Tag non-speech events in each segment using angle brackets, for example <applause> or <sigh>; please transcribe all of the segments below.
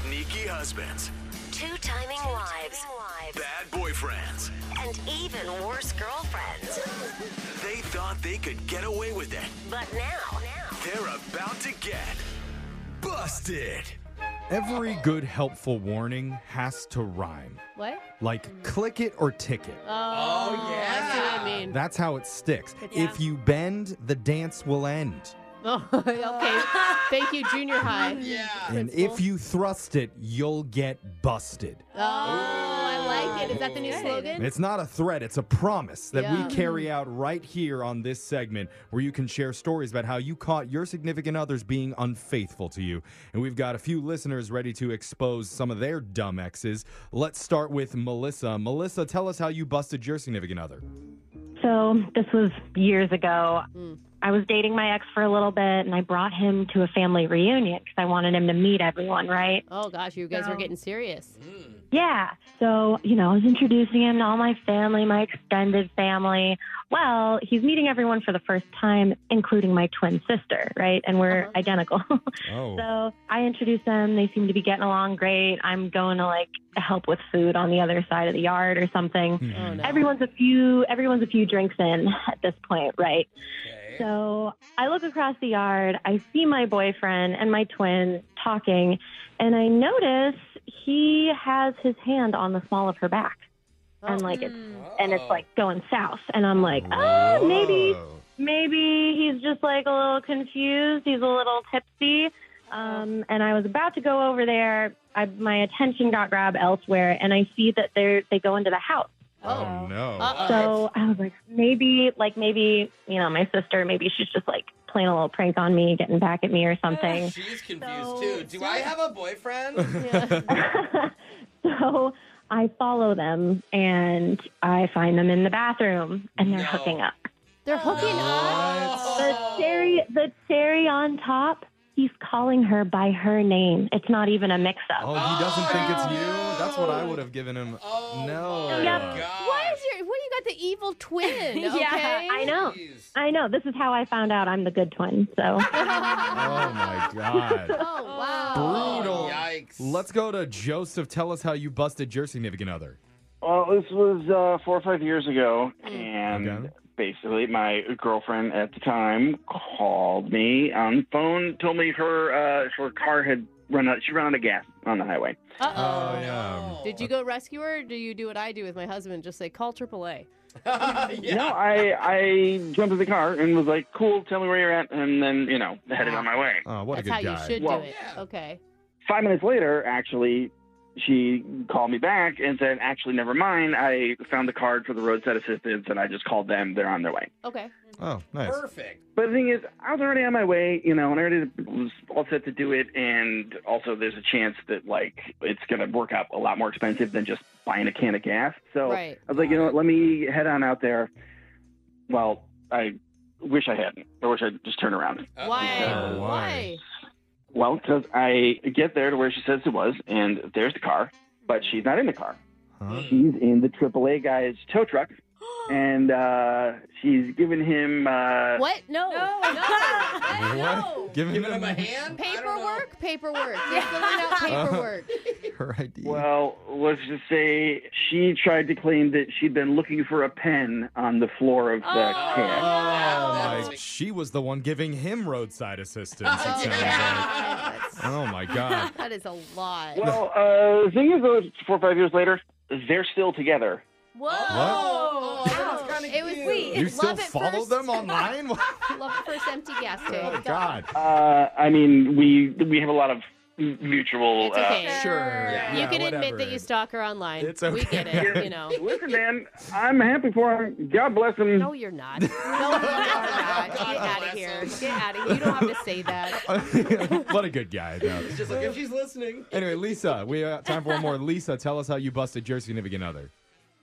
Crazy husbands, Two timing wives. bad boyfriends. And even worse girlfriends. They thought they could get away with it. But now, now, They're about to get busted. Every good helpful warning has to rhyme. What? Like click it or tick it. Oh, yeah. I see Ah, what I mean. That's how it sticks. If you bend, the dance will end. Oh, <laughs> okay. Thank you, <laughs> junior high. Yeah. And if you thrust it, you'll get busted. Oh, I like it. Is that the new slogan? It's not a threat, it's a promise that Yeah. we carry out right here on this segment where you can share stories about how you caught your significant others being unfaithful to you. And we've got a few listeners ready to expose some of their dumb exes. Let's start with Melissa. Melissa, tell us how you busted your significant other. So this was years ago. I was dating my ex for a little bit, and I brought him to a family reunion because I wanted him to meet everyone, right? Oh, gosh, you guys were No. getting serious. Mm. Yeah. So, you know, I was introducing him to all my family, my extended family. Well, he's meeting everyone for the first time, including my twin sister, right? And we're Uh-huh. identical. <laughs> Oh. so I introduce them. They seem to be getting along great. I'm going to like help with food on the other side of the yard or something. Oh, no. Everyone's a few everyone's a few drinks in at this point, right? So I look across the yard, I see my boyfriend and my twin talking, and I notice he has his hand on the small of her back. Oh. And like it's and it's like going south. And I'm like, "Ah, oh, maybe maybe he's just like a little confused. He's a little tipsy. Um, and I was about to go over there. I, my attention got grabbed elsewhere, and I see that they they go into the house. Oh, no. Uh-oh. So I was like, maybe, like maybe, you know, my sister, maybe she's just like playing a little prank on me, getting back at me or something. She's confused So- too. Do I have a <laughs> boyfriend? Yeah. <laughs> so I follow them and I find them in the bathroom and they're No. hooking up. <laughs> They're hooking Oh. up. The Oh, cherry, the cherry on top. He's calling her by her name. It's not even a mix up. Oh, he doesn't think it's you? That's what I would have given him. Oh No. my Yep. God. Why is your, what, you got the evil twin? Yeah, okay? I know. Jeez. I know. This is how I found out I'm the good twin. So Oh, my God. <laughs> Oh, wow. Brutal. Yikes. <laughs> Let's go to Joseph. Tell us how you busted your significant other. Well, this was uh, four or five years ago, and Okay. basically, my girlfriend at the time called me on the phone, told me her uh, her car had run out. She ran out of gas on the highway. Uh, Uh-oh. yeah. <laughs> Did you go rescue her, or do you do what I do with my husband, just say, call AAA? <laughs> No, I I jumped in the car and was like, "Cool, tell me where you're at," and then you know headed on my way. Oh, what That's a how good guy. you should Well, do it. yeah. Okay. Five minutes later, actually. She called me back and said, "Actually, never mind. I found the card for the roadside assistance, and I just called them. They're on their way." Okay. Oh, nice. Perfect. But the thing is, I was already on my way, you know, and I already was all set to do it. And also, there's a chance that like it's going to work out a lot more expensive than just buying a can of gas. So Right. I was like, you know, what, let me head on out there. Well, I wish I hadn't. I wish I'd just turned around. Uh-oh. Why? Oh, why? why? Well, because I get there to where she says it was, and there's the car, but she's not in the car. Huh? She's in the AAA guy's tow truck, and uh, she's giving him. Uh, What? No. <laughs> No, No. What? Give Giving him him a hand? I don't know. Uh-huh. Paperwork, <laughs> paperwork. You're filling out paperwork. her ID. Well, let's just say she tried to claim that she'd been looking for a pen on the floor of the Oh. oh, cab. my. She was the one giving him roadside assistance, it <laughs> sounds like. Yeah, that's- Oh, my <laughs> God. Oh, That is a lot. Well, uh, the thing is, though, it's four or five years later, they're still together. Whoa. What? Oh, that's It kind of was cute. Wait. You still Love at follow first- them online? <laughs> <laughs> Love at first empty gas oh, tank. God. Uh, I mean, we we have a lot of m- mutual. It's okay. Sure. Yeah, you can admit whatever. that you stalk her online. It's We okay. get it, you <laughs> know. Uh, listen, man, I'm happy for him. God bless him. No, you're not. No, you <laughs> Oh, are not. Get out of here. Get out of here. You don't have to say that. <laughs> what a good guy, though. It's just like if she's listening. Anyway, Lisa, we have time for one more. Lisa, tell us how you busted your significant other.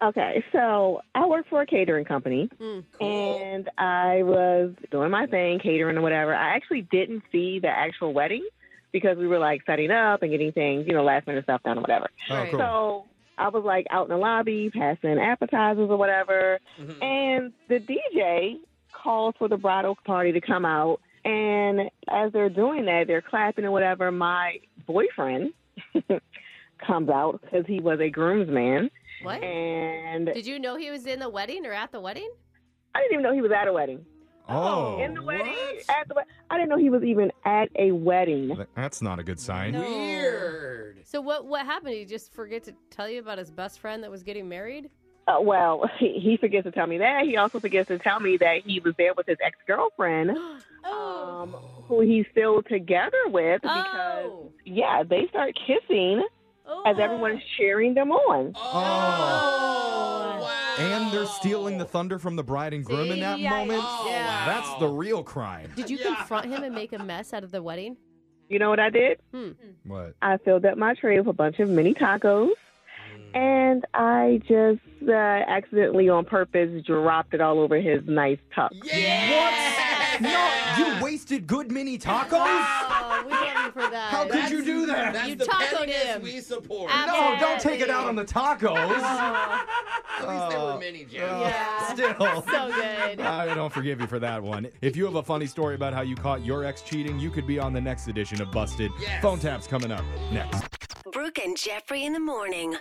Okay, so I work for a catering company, Mm. Oh. and I was doing my thing, catering or whatever. I actually didn't see the actual wedding because we were like setting up and getting things, you know, last minute stuff done or whatever. Oh, Right. cool. So I was like out in the lobby passing appetizers or whatever, Mhm. and the DJ calls for the bridal party to come out. And as they're doing that, they're clapping or whatever. My boyfriend <laughs> comes out because he was a groomsman. What? And Did you know he was in the wedding or at the wedding? I didn't even know he was at a wedding. Oh, In the wedding, at the wedding. I didn't know he was even at a wedding. th- that's not a good sign. No. Weird. So what what happened? Did he just forget to tell you about his best friend that was getting married? Uh, well, <laughs> he, he forgets to tell me that. He also forgets to tell me that he was there with his ex <gasps> girlfriend, Oh. um, who he's still together with because, oh. yeah, they start kissing as everyone's cheering them on. Oh, wow. And they're stealing the thunder from the bride and groom in See? that Yeah, moment. Oh, yeah. Yeah. That's the real crime. Did you Yeah. confront him and make a mess out of the wedding? You know what I did? What? I filled up my tray with a bunch of mini tacos, and I just uh, accidentally, on purpose, dropped it all over his nice tux. Yeah. No, you wasted good mini tacos? Oh, we love you for that. How could you do that? That's You the tacoed pettiness him. we support. No, don't take it out on the tacos. <laughs> Oh, At least they Oh. were mini jokes. yeah. Still. So <laughs> good. I don't forgive you for that one. If you have a funny story about how you caught your ex cheating, you could be on the next edition of Busted. Yes. Phone taps coming up next. Brooke and Jeffrey in the morning.